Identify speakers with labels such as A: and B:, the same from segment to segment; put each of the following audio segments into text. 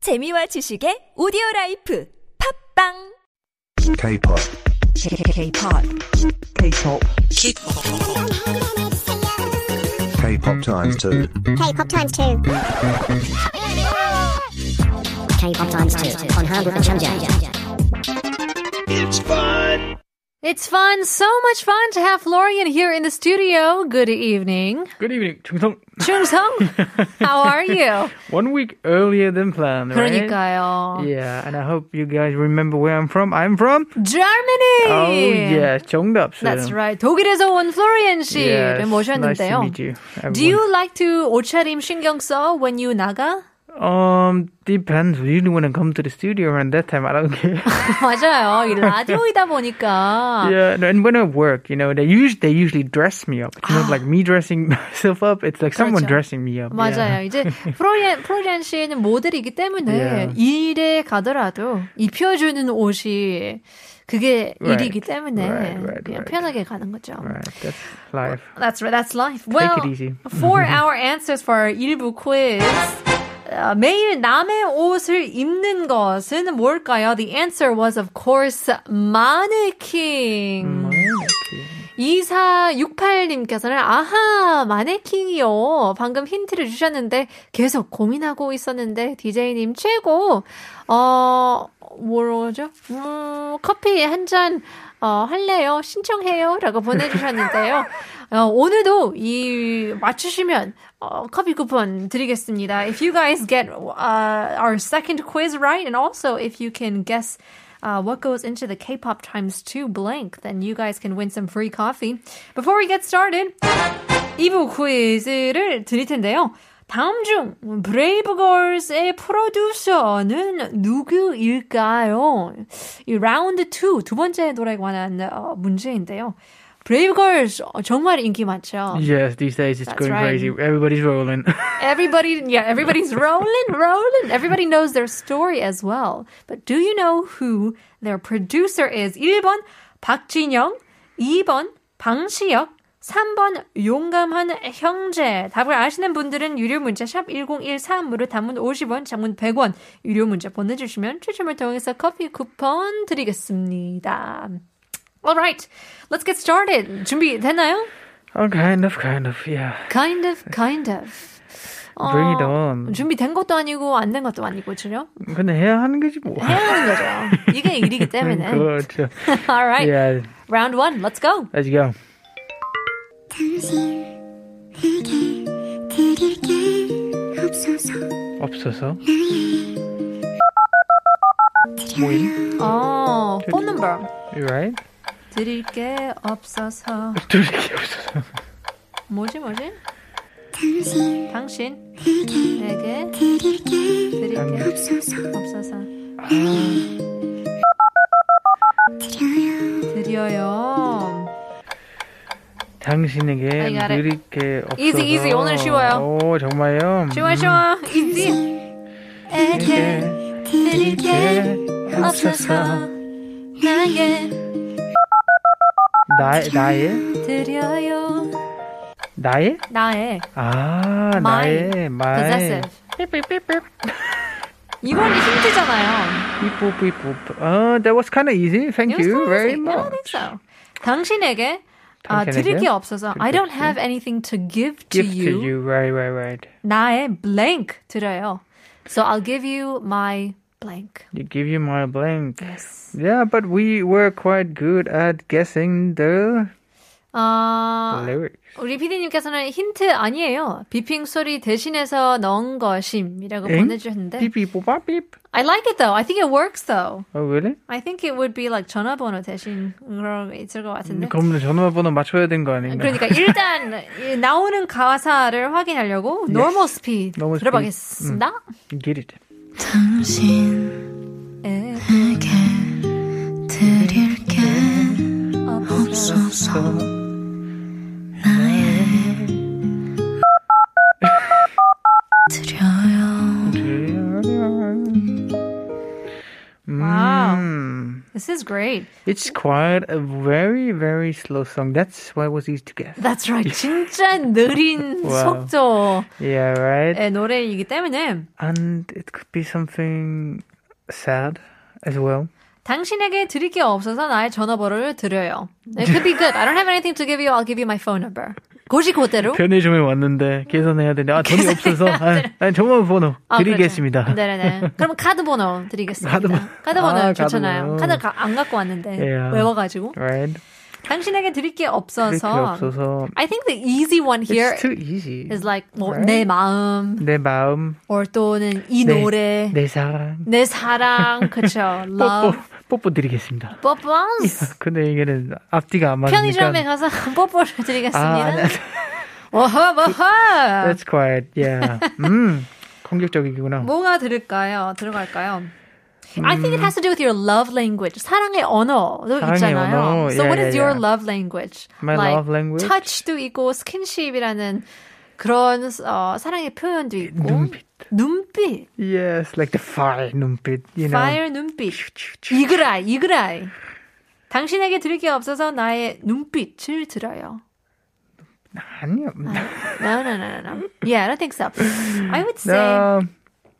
A: 재미와 지식의 오디오 라이프 팝빵
B: K-pop.
C: K-pop. K-pop.
B: K-pop times two.
D: K-pop times two. K-pop times two on Hangul and Chanja.
E: It's fun, so much fun to have Florian here in the studio. Good evening.
F: Good evening, 중성.
E: Chung-sung, how are you?
F: One week earlier than planned, right?
E: 그러니까요.
F: Yeah, and I hope you guys remember where I'm from. I'm from.
E: Germany!
F: Oh yeah, 정답.
E: That's right. 독일에서 온 Florian 씨를
F: Yes, nice to
E: 모셨는데요.
F: meet you.
E: Do you like to 옷차림 신경 써 when you 나가?
F: Um, depends. Usually when I come to the studio around that time, I don't care.
E: 맞아요. 이 라디오이다 보니까.
F: yeah, and- and when I work, you know, they usually they usually dress me up. It's not like me dressing myself up. It's like someone
E: 그렇죠.
F: dressing me up.
E: 맞아요. 이제 플로리안, 플로리안 씨는 모델이기 때문에
F: Yeah.
E: 일에 가더라도 입혀주는 옷이 그게
F: Right.
E: 일이기 때문에
F: Right, right,
E: 그냥
F: right.
E: 편하게 가는 거죠.
F: Yeah. Right, that's life.
E: That's right. That's life. Well,
F: it easy.
E: for our answers for our 1부 quiz. 어, 매일 남의 옷을 입는 것은 뭘까요? The answer was, of course,
F: 음.
E: 마네킹.
F: Okay.
E: 2468님께서는, 아하, 마네킹이요. 방금 힌트를 주셨는데, 계속 고민하고 있었는데, DJ님 최고. 어, 뭐라죠? 음, 커피 한 잔, 어, 할래요? 신청해요? 라고 보내주셨는데요. 어, 오늘도 이, 맞추시면, 어, 커피 쿠폰 드리겠습니다. If you guys get uh, our second quiz right, and also if you can guess uh, what goes into the K-pop times two blank, then you guys can win some free coffee. Before we get started, 2부 퀴즈를 드릴 텐데요. 다음 중 브레이브걸스의 프로듀서는 누구일까요? 이 라운드 2, 두 번째 노래에 관한 어, 문제인데요. 브레이브걸스 어, 정말 인기 많죠.
F: Yes, these days it's
E: That's
F: going
E: right.
F: crazy. Everybody's rolling.
E: Everybody, yeah, everybody's rolling, rolling. Everybody knows their story as well. But do you know who their producer is? 1번 박진영, 2번 방시혁, 3번 용감한 형제. 답을 아시는 분들은 유료 문자 샵 1013으로 단문 50원, 장문 100원 유료 문자 보내주시면 추첨을 통해서 커피 쿠폰 드리겠습니다. Alright, let's get started. 준비됐나요?
F: oh, kind of, kind of. Yeah.
E: Kind of, kind of. 어,
F: Bring it on.
E: 준비된 것도 아니고 안 된 것도 아니고 지금
F: 근데 해야 하는 거지 뭐.
E: 해야 하는 거죠. 이게 일이기 때문에.
F: 그렇죠.
E: Alright,
F: Yeah,
E: round one, let's go.
F: let's go. 없어서 뭐임?
E: 어, phone number
F: You right?
E: 드릴 게 없어서
F: 둘이 없어서
E: 뭐지 뭐지? 당신 내게 드릴 게 없어서 드려요.
F: 당신에게
E: I got it.
F: 드릴 게 없어서
E: Easy, easy. 오늘 쉬워요.
F: 오 정말요?
E: 쉬워 쉬워 이지 에게 드릴 게 없어서 나에게
F: 나의 나의
E: 드려요
F: 나의
E: 나의
F: 아
E: My
F: 나의 마이
E: possessive 이번이 힌트잖아요
F: 삐뽀 삐뽀 어 that was kind of easy thank
E: It was
F: you very
E: classic. Yeah, I think
F: much
E: so. 당신에게 아,
F: 당신에게
E: 드릴 게 없어서
F: 드릴
E: I
F: 게
E: don't have anything to give to
F: give to
E: you
F: you right right right
E: 나의 blank 드려요 So I'll give you my blank
F: you give you my blank
E: Yes
F: Yeah, but we were quite good at guessing the
E: 아,
F: lyrics.
E: 우리 피디님께서는 힌트 아니에요. 비핑 소리 대신해서 넣은 것임이라고
F: 엥?
E: 보내주셨는데
F: Beep beep boop, boop, beep.
E: I like it though. I think it works though.
F: Oh really?
E: I think it would be like 전화번호 대신 그런 게 있을 것 같은데.
F: 음, 그럼 전화번호 맞춰야 되는 거 아닌가?
E: 그러니까 일단 이 나오는 가사를 확인하려고 normal
F: 네.
E: speed
F: Normal speed.
E: 들어보겠습니다.
F: Get it. 음.
E: 예.
F: 드려요.
E: 와우.
F: 음.
E: It's This is great.
F: It's quite a very very slow song. That's why it was easy to guess.
E: That's right. 진짜 느린
F: Wow.
E: 속도의 예,
F: Yeah, right.
E: 노래이기 때문에
F: And it could be something sad as well.
E: 당신에게 드릴 게 없어서 나의 전화번호를 드려요. It could be good. I don't have anything to give you. I'll give you my phone number. 고시
F: 어?
E: 고대로.
F: 편의점에 왔는데 계산해야 되는데 아 돈이 없어서 아, 아, 전화 번호
E: 아, 그렇죠.
F: 드리겠습니다.
E: 네네네. 그럼 카드 번호 드리겠습니다. 카드,
F: 카드
E: 번...
F: 번-
E: 호
F: 아, 카드 번호.
E: 괜찮아요. 카드 가- 안 갖고 왔는데
F: Yeah.
E: 외워가지고
F: Right.
E: 당신에게 드릴 게
F: 그렇게
E: 없어서.
F: 없어서
E: I think the easy one here
F: it's too easy.
E: is like 뭐,
F: Right.
E: 내 마음
F: 내 마음,
E: or 또는 이
F: 네.
E: 노래
F: 내 사랑,
E: 내 사랑 그쵸
F: 뽀뽀
E: love
F: 뽀뽀 드리겠습니다.
E: 뽀뽀
F: 근데 이게는 앞뒤가 안 맞으니까.
E: 편의점에 가서 뽀뽀를 드리겠습니다.
F: 아, 네.
E: 오호 오호
F: That's quite yeah. 음 공격적이구나.
E: 뭐가 들을까요? 들어갈까요? I think it has to do with your love language. 사랑의 언어도
F: 음. 사랑의
E: 있잖아요.
F: 언어.
E: So
F: 예,
E: what is
F: 예, 예.
E: your love language?
F: My love language?
E: touch도 있고 스킨십이라는 그런 어, 사랑의 표현도 있고
F: 눈빛.
E: 눈빛,
F: Yes, like the fire 눈빛, you know.
E: fire 눈빛, 이그라이, 이그라이. 당신에게 드릴 게 없어서 나의 눈빛을 들어요.
F: 아니요.
E: No, no, no, no, no. Yeah, I don't think so. I would say
F: 나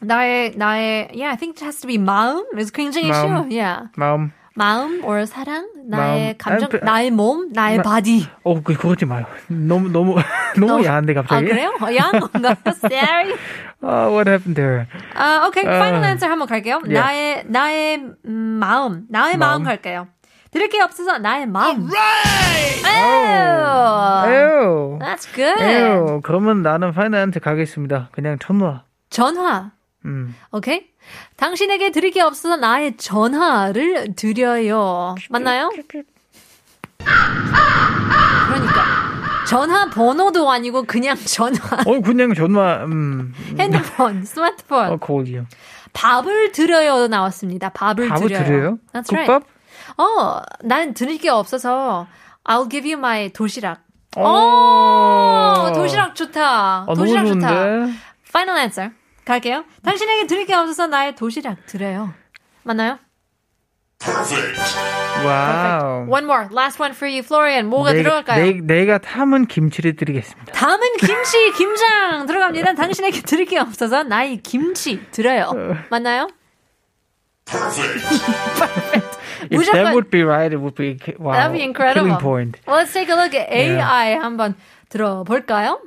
E: 나의 나의 yeah, I think it has to be 마음 is 굉장히 쉬워.
F: 마음.
E: Yeah.
F: 마음.
E: 마음 or 사랑, 나의
F: 마음.
E: 감정,
F: 아, 그-
E: 나의 몸, 나의
F: 마-
E: 바디.
F: 어, 그 그러지 마요. 너무 너무 너무 야한데
E: 아
F: 갑자기.
E: 그래요? 어, 야한 건가요? Sorry.
F: Oh, what happened there?
E: 아 오케이
F: 아.
E: final answer 한번 갈게요.
F: 예.
E: 나의 나의 음, 마음, 나의
F: 마음.
E: 마음, 갈게요. 드릴 게 없어서 나의 마음. 에휴.
F: 에휴.
E: That's good.
F: 에휴. 그러면 나는 파이널한테 가겠습니다. 그냥 천화.
E: 전화.
F: 음.
E: 오케이. 당신에게 드릴 게 없어서 나의 전화를 드려요. 맞나요? 그러니까 전화 번호도 아니고 그냥 전화.
F: 어, 그냥 전화. 음.
E: 핸드폰, 스마트폰.
F: 어, cold요.
E: 밥을 드려요 나왔습니다. 밥을,
F: 밥을 드려요?
E: That's right.
F: 국밥?
E: 어, 난 드릴 게 없어서 I'll give you my 도시락. 어,
F: 어,
E: 도시락 좋다.
F: 아,
E: 도시락
F: 너무
E: 좋다.
F: 좋은데.
E: Final answer. 갈게요. 당신에게 드릴 게 없어서 나의 도시락 드려요. 맞나요?
F: 와우.
E: One more. Last one for you, Florian. 뭐 뭐가
F: 내가,
E: 들어갈까요?
F: 내, 내가 탐은 김치를 드리겠습니다.
E: 다음은 김치, 김장 들어갑니다. 당신에게 드릴 게 없어서 나의 김치 드려요. 맞나요?
F: If
E: 무조건-
F: that would be right, it would be wow.
E: That'd be incredible.
F: Killing point.
E: Well, let's take a look at AI
F: Yeah.
E: 한번 들어볼까요?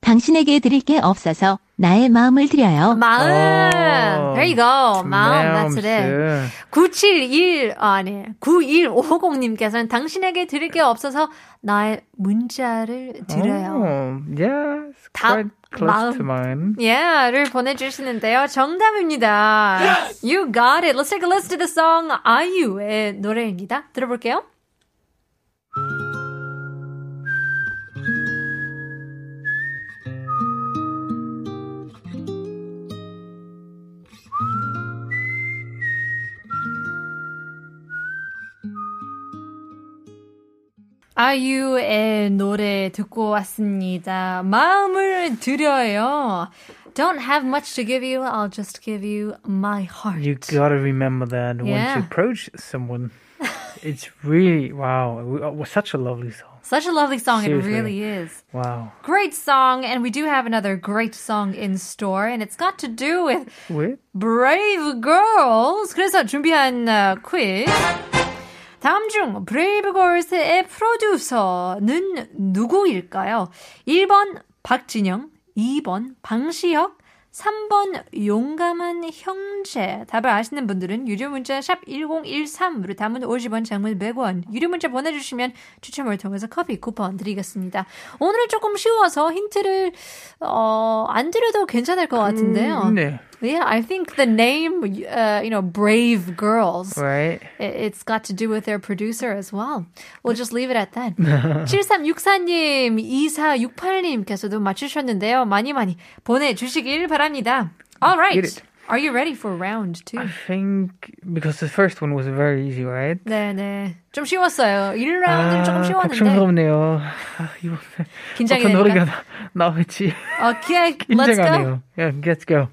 G: 당신에게 드릴 게 없어서 나의 마음을 드려요.
E: 마음.
F: 어.
E: There you go. 마음. That's it.
F: 마음씨.
E: 971, 아, 아니, 9150님께서는 당신에게 드릴 게 없어서 나의 문자를 드려요.
F: 어, yes,
E: 다-
F: quite close
E: 마음.
F: to mine.
E: 예를 보내주시는데요. 정답입니다. You got it. Let's take a listen to the song 아이유의 노래입니다. 들어볼게요. 아이유의 노래 듣고 왔습니다. 마음을 드려요. Don't have much to give you. I'll just give you my heart.
F: You gotta remember that once
E: Yeah.
F: you approach someone, it's really wow. w- uh, was such a lovely song.
E: Such a lovely song.
F: Seriously.
E: It really is.
F: Wow.
E: Great song. And we do have another great song in store. And it's got to do with
F: Wait.
E: Brave Girls. 그래서 준비한 어, 퀴즈. 다음 중 브레이브 걸스의 프로듀서는 누구일까요? 1번 박진영, 2번 방시혁, 3번 용감한 형제. 답을 아시는 분들은 유료 문자 샵 1013으로 담은 50원, 장문 100원. 유료 문자 보내주시면 추첨을 통해서 커피 쿠폰 드리겠습니다. 오늘은 조금 쉬워서 힌트를 어, 안 드려도 괜찮을 것 같은데요.
F: 네.
E: Yeah, I think the name, uh, you know, Brave Girls,
F: Right.
E: i- it's got to do with their producer as well. We'll just leave it at that. 7364님, 2468님께서도 맞추셨는데요. 많이 많이 보내주시길 바랍니다. All right.
F: it.
E: Are you ready for round two?
F: I think because the first one was very easy, right? Uh,
E: 네네. 좀 쉬웠어요. 1라운드는 조금 쉬웠는데.
F: 걱정스럽네요. 아, 이번
E: 긴장이
F: 어떤 노래가
E: 되니까.
F: 나, 나올지
E: Okay, let's go.
F: 긴장하네요. Yeah, let's go.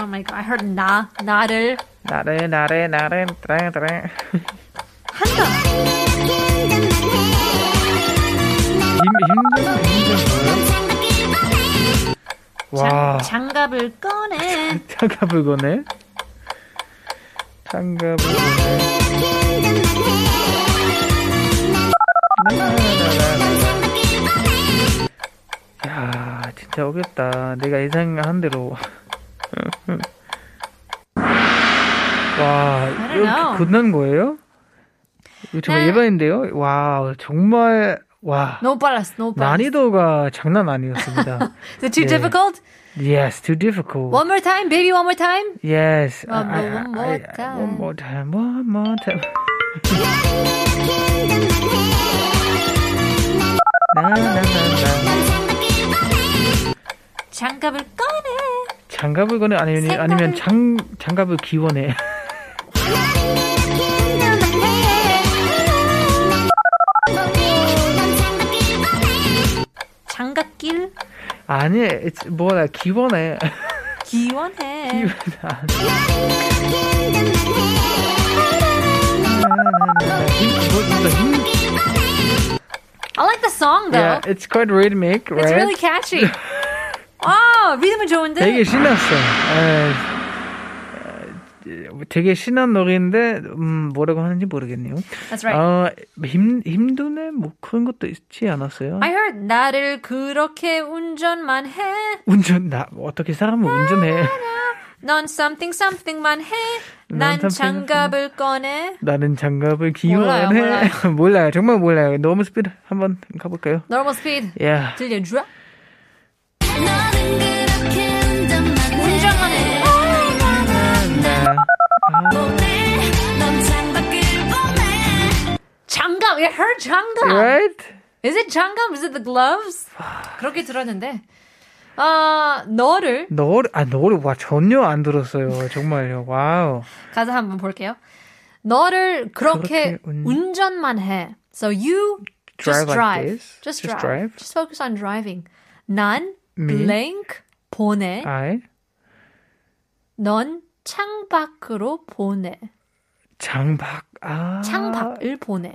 E: Oh my god, I heard 나, 나를.
F: 나래 나래 나래 따래 따래. 한다. 와
E: 장갑을 꺼내.
F: 장갑을 거네. 장갑을 거네. 나나나나나. 야 진짜 어렵다. 내가 예상한 대로. 와
E: don't know.
F: 이렇게 끝난 거예요? 이거 정말
E: 네.
F: 예반인데요. 와 정말 와
E: 너무 빨랐어, 너무 빨랐어.
F: 난이도가 장난 아니었습니다.
E: Is it
F: 네.
E: too difficult?
F: yes, too difficult.
E: One more time, baby, one more time.
F: Yes.
E: One more-
F: I- I-
E: 아, 뭐, one more
F: I-
E: time.
F: One more time. One more time. 나, 나, 나, 나.
E: 장갑을 꺼내.
F: 장갑을 거네 아니면
E: 생각을-
F: 아니면 장 장갑을 기원해.
E: 장갑길
F: 아니, it's 뭐라 기원해.
E: 기원해. I like the song though.
F: Yeah, it's quite rhythmic, right?
E: It's really catchy. 아 리듬은 좋은데.
F: 되게 신났어. 에, 에, 되게 신난 노래인데 음, 뭐라고 하는지 모르겠네요.
E: That's right.
F: 어, 힘 힘드네 뭐 그런 것도 있지 않았어요.
E: I heard 나를 그렇게 운전만 해.
F: 운전 나 어떻게 사람을 운전해?
E: 넌 something something만 해.
F: 넌
E: 난
F: something
E: 장갑을 꺼내.
F: 나는 장갑을
E: 몰라요,
F: 기원해. 몰라요, 정말 몰라요. 너무 스피드 한번 가볼까요?
E: Normal speed.
F: 야,
E: 들려줘.
F: 나
E: 장갑. I heard 장갑.
F: right?
E: Is it 장갑? Is it the gloves? 그렇게 들었는데. 아 너를
F: 너를 아 너를 와 전혀 안 들었어요. 정말요. 와우.
E: 가사 한번 볼게요. 너를 그렇게,
F: 그렇게 운-
E: 운전만 해. So you
F: Drive
E: just
F: like
E: drive.
F: this.
E: Just,
F: Just
E: drive.
F: drive.
E: Just focus on driving. 난
F: Me.
E: blank 보내.
F: 아이
E: 넌 창밖으로 보내.
F: 장박 아
E: 창밖을 보내.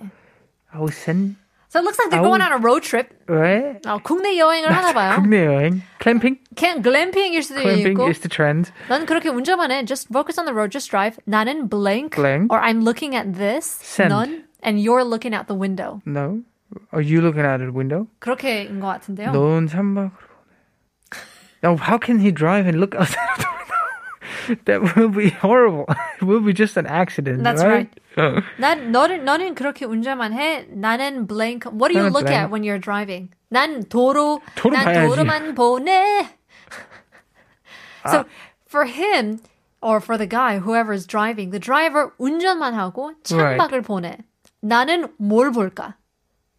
F: 아우 센
E: So it looks like they're
F: 아우.
E: going on a road trip.
F: 왜?
E: 어, 국내 여행을 하나 봐요.
F: 국내 여행 클램핑
E: 그냥 글램핑일 수도
F: 클램핑
E: 있고.
F: is the trend.
E: 넌 그렇게 운전만 해. Just focus on the road. Just drive. 나는 blank.
F: Blank.
E: Or I'm looking at this.
F: Send.
E: 넌 and you're looking out the window.
F: No. Are you looking out the window?
E: 그렇게인 것 같은데요.
F: 넌 창밖으로 보내. Now how can he drive and look outside of the window? That will be horrible. It will be just an accident.
E: That's
F: right. Oh. right.
E: 난 너는 너는 그렇게 운전만 해. 나는 blank. What do you
F: 나는
E: look
F: blank.
E: at when you're driving? 난 도로.
F: 도로
E: 난
F: 봐야지.
E: 도로만 보내. so for him or for the guy whoever's driving, the driver 운전만 하고
F: Right.
E: 창밖을 보내. 나는 뭘 볼까?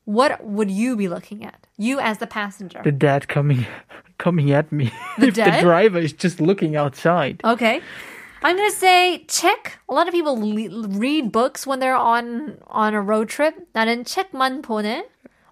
E: What would you be looking at? You as the passenger.
F: the dad coming coming at me.
E: The
F: if
E: dad?
F: the driver is just looking outside.
E: Okay. I'm gonna say check. A lot of people le- read books when they're on on a road trip. 나는 책만 보내.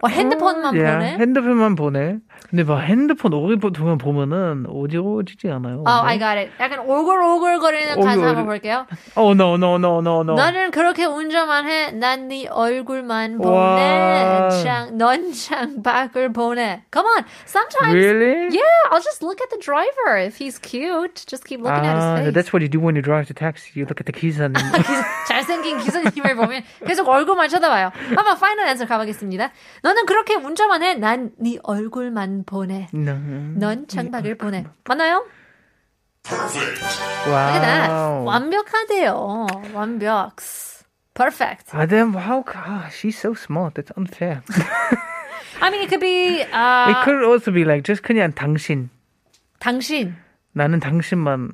E: 어, 핸드폰만
F: 야,
E: 보내.
F: 핸드폰만 보내. 근데 막 핸드폰 오랫동안 보면은 어지러워지지 않아요?
E: Oh, I got it. 약간 오글오글거리는 가사 한번
F: 오글오글.
E: 볼게요.
F: Oh no no no no no.
E: 너는 그렇게 운전만 해. 난 네 얼굴만 보내.
F: 와.
E: 창, 넌 창밖을 보내. Come on. Sometimes.
F: really?
E: Yeah, I'll just look at the driver. If he's cute, just keep looking
F: Ah,
E: at his face.
F: that's what you do when you drive the taxi. You look at the keys and
E: 기사- 잘생긴 기사님을 보면 계속 얼굴만 쳐다봐요. 한번 파이널 앤서 가보겠습니다. 너는 그렇게 운전만 해. 난 네 얼굴만 보내.
F: no.
E: 넌 창밖을 보내. 맞나요? Look at that.
F: Wow.
E: 완벽하대요. 완벽. Perfect.
F: Ah, then wow, ah, she's so smart. That's unfair.
E: I mean, it could be
F: it
E: uh,
F: could also be like just 그냥 당신.
E: 당신.
F: 나는 당신만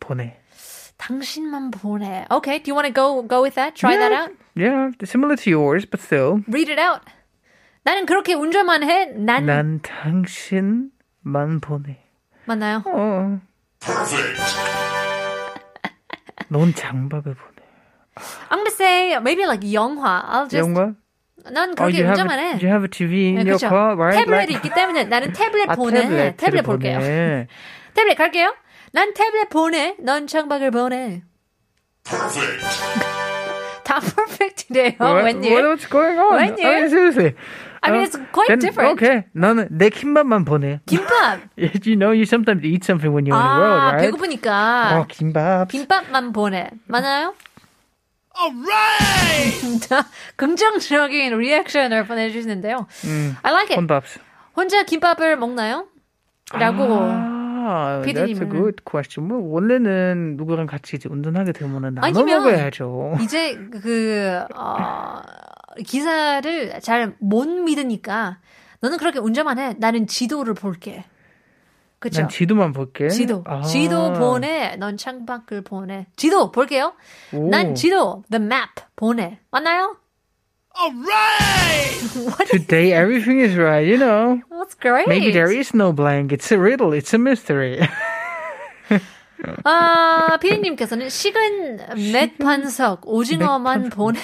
F: 보내.
E: 당신만 보내. Okay, do you want to go go with that? Try that out.
F: Yeah, similar to yours, but still.
E: Read it out. 나는 그렇게 운전만 해. 난,
F: 난 당신만 보내.
E: 맞나요?
F: 어. 넌 장박을 보내.
E: I'm gonna say maybe like 영화. I'll just
F: 영화?
E: 난
F: Oh,
E: 그렇게
F: you have,
E: 운전 안
F: a,
E: 해.
F: you have a TV in your
E: 네, 그쵸.
F: car, right?
E: 태블릿이
F: Like-
E: 있기 때문에 나는 태블릿
F: 아,
E: 보내.
F: 태블릿.
E: 태블릿 볼게요.
F: 보내.
E: 태블릿 갈게요. 난 태블릿 보내. 넌 창밖을 보내. 다 퍼펙트래요.
F: What-
E: 웬일?
F: What's going on?
E: Oh, When
F: I mean,
E: you-
F: seriously.
E: I mean,
F: Uh,
E: it's quite
F: then,
E: different.
F: Okay. 나는 내 김밥만 보내.
E: 김밥.
F: you know, you sometimes eat something when you're on the road,
E: 아,
F: 뭐, right?
E: 배고프니까.
F: 어, 김밥.
E: 김밥만 보내. 맞나요? 진짜 긍정적인 리액션을 보내주시는데요.
F: 음,
E: I like it.
F: 혼밥.
E: 혼자 김밥을 먹나요? 라고.
F: 아, that's a
E: 피디님은.
F: good question. 뭐, 원래는 누구랑 같이 이제 운전하게 되면은 나눠
E: 아니면-
F: 먹어야죠.
E: 이제 그 어, 기사를 잘 못 믿으니까 너는 그렇게 운전만 해. 나는 지도를 볼게. 그렇죠?
F: 난 지도만 볼게.
E: 지도.
F: 아.
E: 지도 보내. 넌 창밖을 보내. 지도 볼게요.
F: 오.
E: 난 지도 the map 보내. 맞나요?
F: Today everything is right, you know.
E: That's great.
F: Maybe there is no blank. It's a riddle. It's a mystery.
E: 아, 피디님께서는 식은 맷판석 오징어만 보내.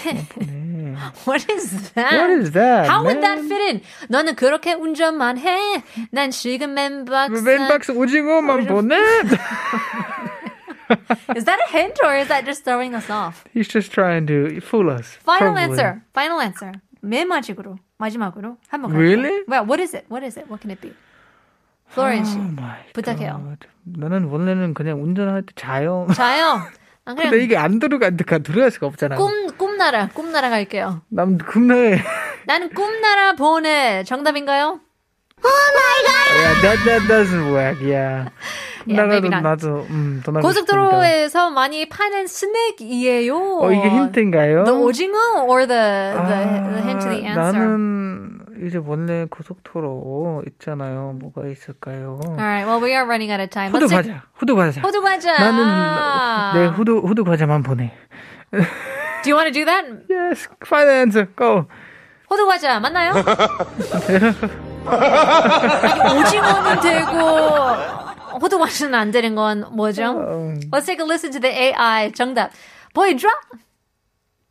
E: What is that?
F: What is that?
E: How would that
F: man?
E: fit in? 너는 그렇게 운전만 해. 난 식은 맨박스.
F: 맨박스 오징어만 보내.
E: Is that a hint or is that just throwing us off?
F: He's just trying to fool us.
E: Final
F: probably.
E: answer. Final answer. 맨 마지막으로 마지막으로 한번 갈게요.
F: Really?
E: Well, what is it? What is it? What can it be? Florian 씨
F: Oh my
E: 부탁해요.
F: God. 나는 원래는 그냥 운전할 때 자요.
E: 자요. 아,
F: 근데
E: 그냥
F: 이게 안 들어가 그러니까 들어갈 수가 없잖아.
E: 꿈 꿈나라 꿈나라 갈게요.
F: 난 겁나해.
E: 나는 꿈나라 보내. 정답인가요?
F: Yeah, that that doesn't work. Yeah.
E: Yeah,
F: 나도
E: maybe not.
F: 나도 음, 떠나고 싶으니까.
E: 고속도로에서 많이 파는 스낵이에요.
F: 어 이게 힌트인가요?
E: The 오징어 or the the,
F: 아,
E: the hint to 그 the answer?
F: 나는 이제 원래 고속도로 있잖아요. 뭐가 있을까요?
E: All right. Well, we are running out of time.
F: 후드
E: Let's take-
F: 과자. 후드 과자.
E: 호두 과자.
F: 나는 내 후드 후드 과자만 보내.
E: Do you want to do that?
F: Yes, final answer. Go.
E: 호두 과자 맞나요? 오징어는 되고 호두 과자는 안 되는 건 뭐죠?
F: 음,
E: Let's take a listen to the AI 정답. 보여줘?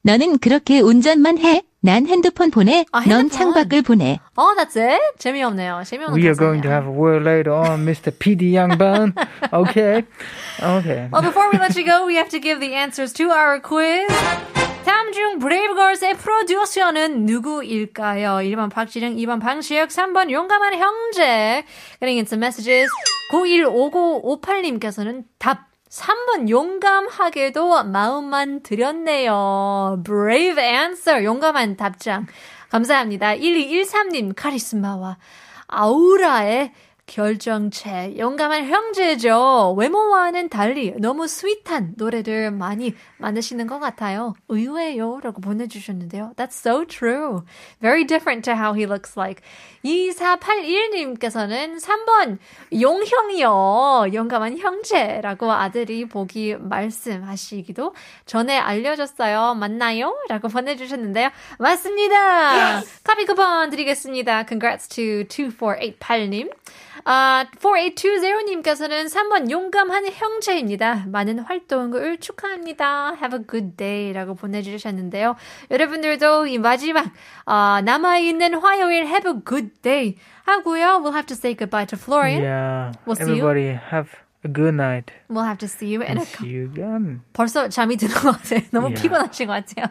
G: 너는 그렇게 운전만 해. 난 핸드폰 보내.
E: 아,
G: 넌
E: 핸드폰.
G: 창밖을 보내.
E: Oh, that's it. 재미없네요. 재미없는
F: We are
E: 감상이야.
F: going to have a word later on, Mr. PD Youngban. Okay. Okay.
E: Well, before we let you go, we have to give the answers to our quiz. 다음 중 브레이브걸스의 프로듀서는 누구일까요? 1번 박지령, 2번 방시혁, 3번 용감한 형제. Getting into messages. 915958님께서는 답 3번 용감하게도 마음만 들였네요. Brave answer. 용감한 답장. 감사합니다. 1213님 카리스마와 아우라의 결정체 용감한 형제죠. 외모와는 달리 너무 스윗한 노래들 많이 만드시는 것 같아요. 의외요라고 보내주셨는데요. That's so true. Very different to how he looks like. 2481님께서는 3번 용형이요. 용감한 형제라고 아들이 보기 말씀하시기도 전에 알려줬어요. 맞나요? 라고 보내주셨는데요. 맞습니다. 커피 쿠폰 드리겠습니다. Congrats to 2488님. 아, 4820님께서는 3번 용감한 형제입니다. 많은 활동을 축하합니다. Have a good day 라고 보내주셨는데요. 여러분들도 이 마지막 아, 남아있는 화요일 Have a good day 하고요. We'll have to say goodbye to Florian.
F: Yeah.
E: We'll see you.
F: Everybody have a good night.
E: We'll have to see you in a
F: See you again.
E: 벌써 잠이 드는 것 같아요. 너무
F: Yeah.
E: 피곤하신 것 같아요.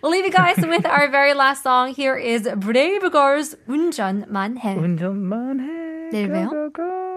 E: We'll leave you guys with our very last song. Here is Brave Girls 운전만 해.
F: 운전만 해.
E: 내일 봬요.
F: 고, 고, 고.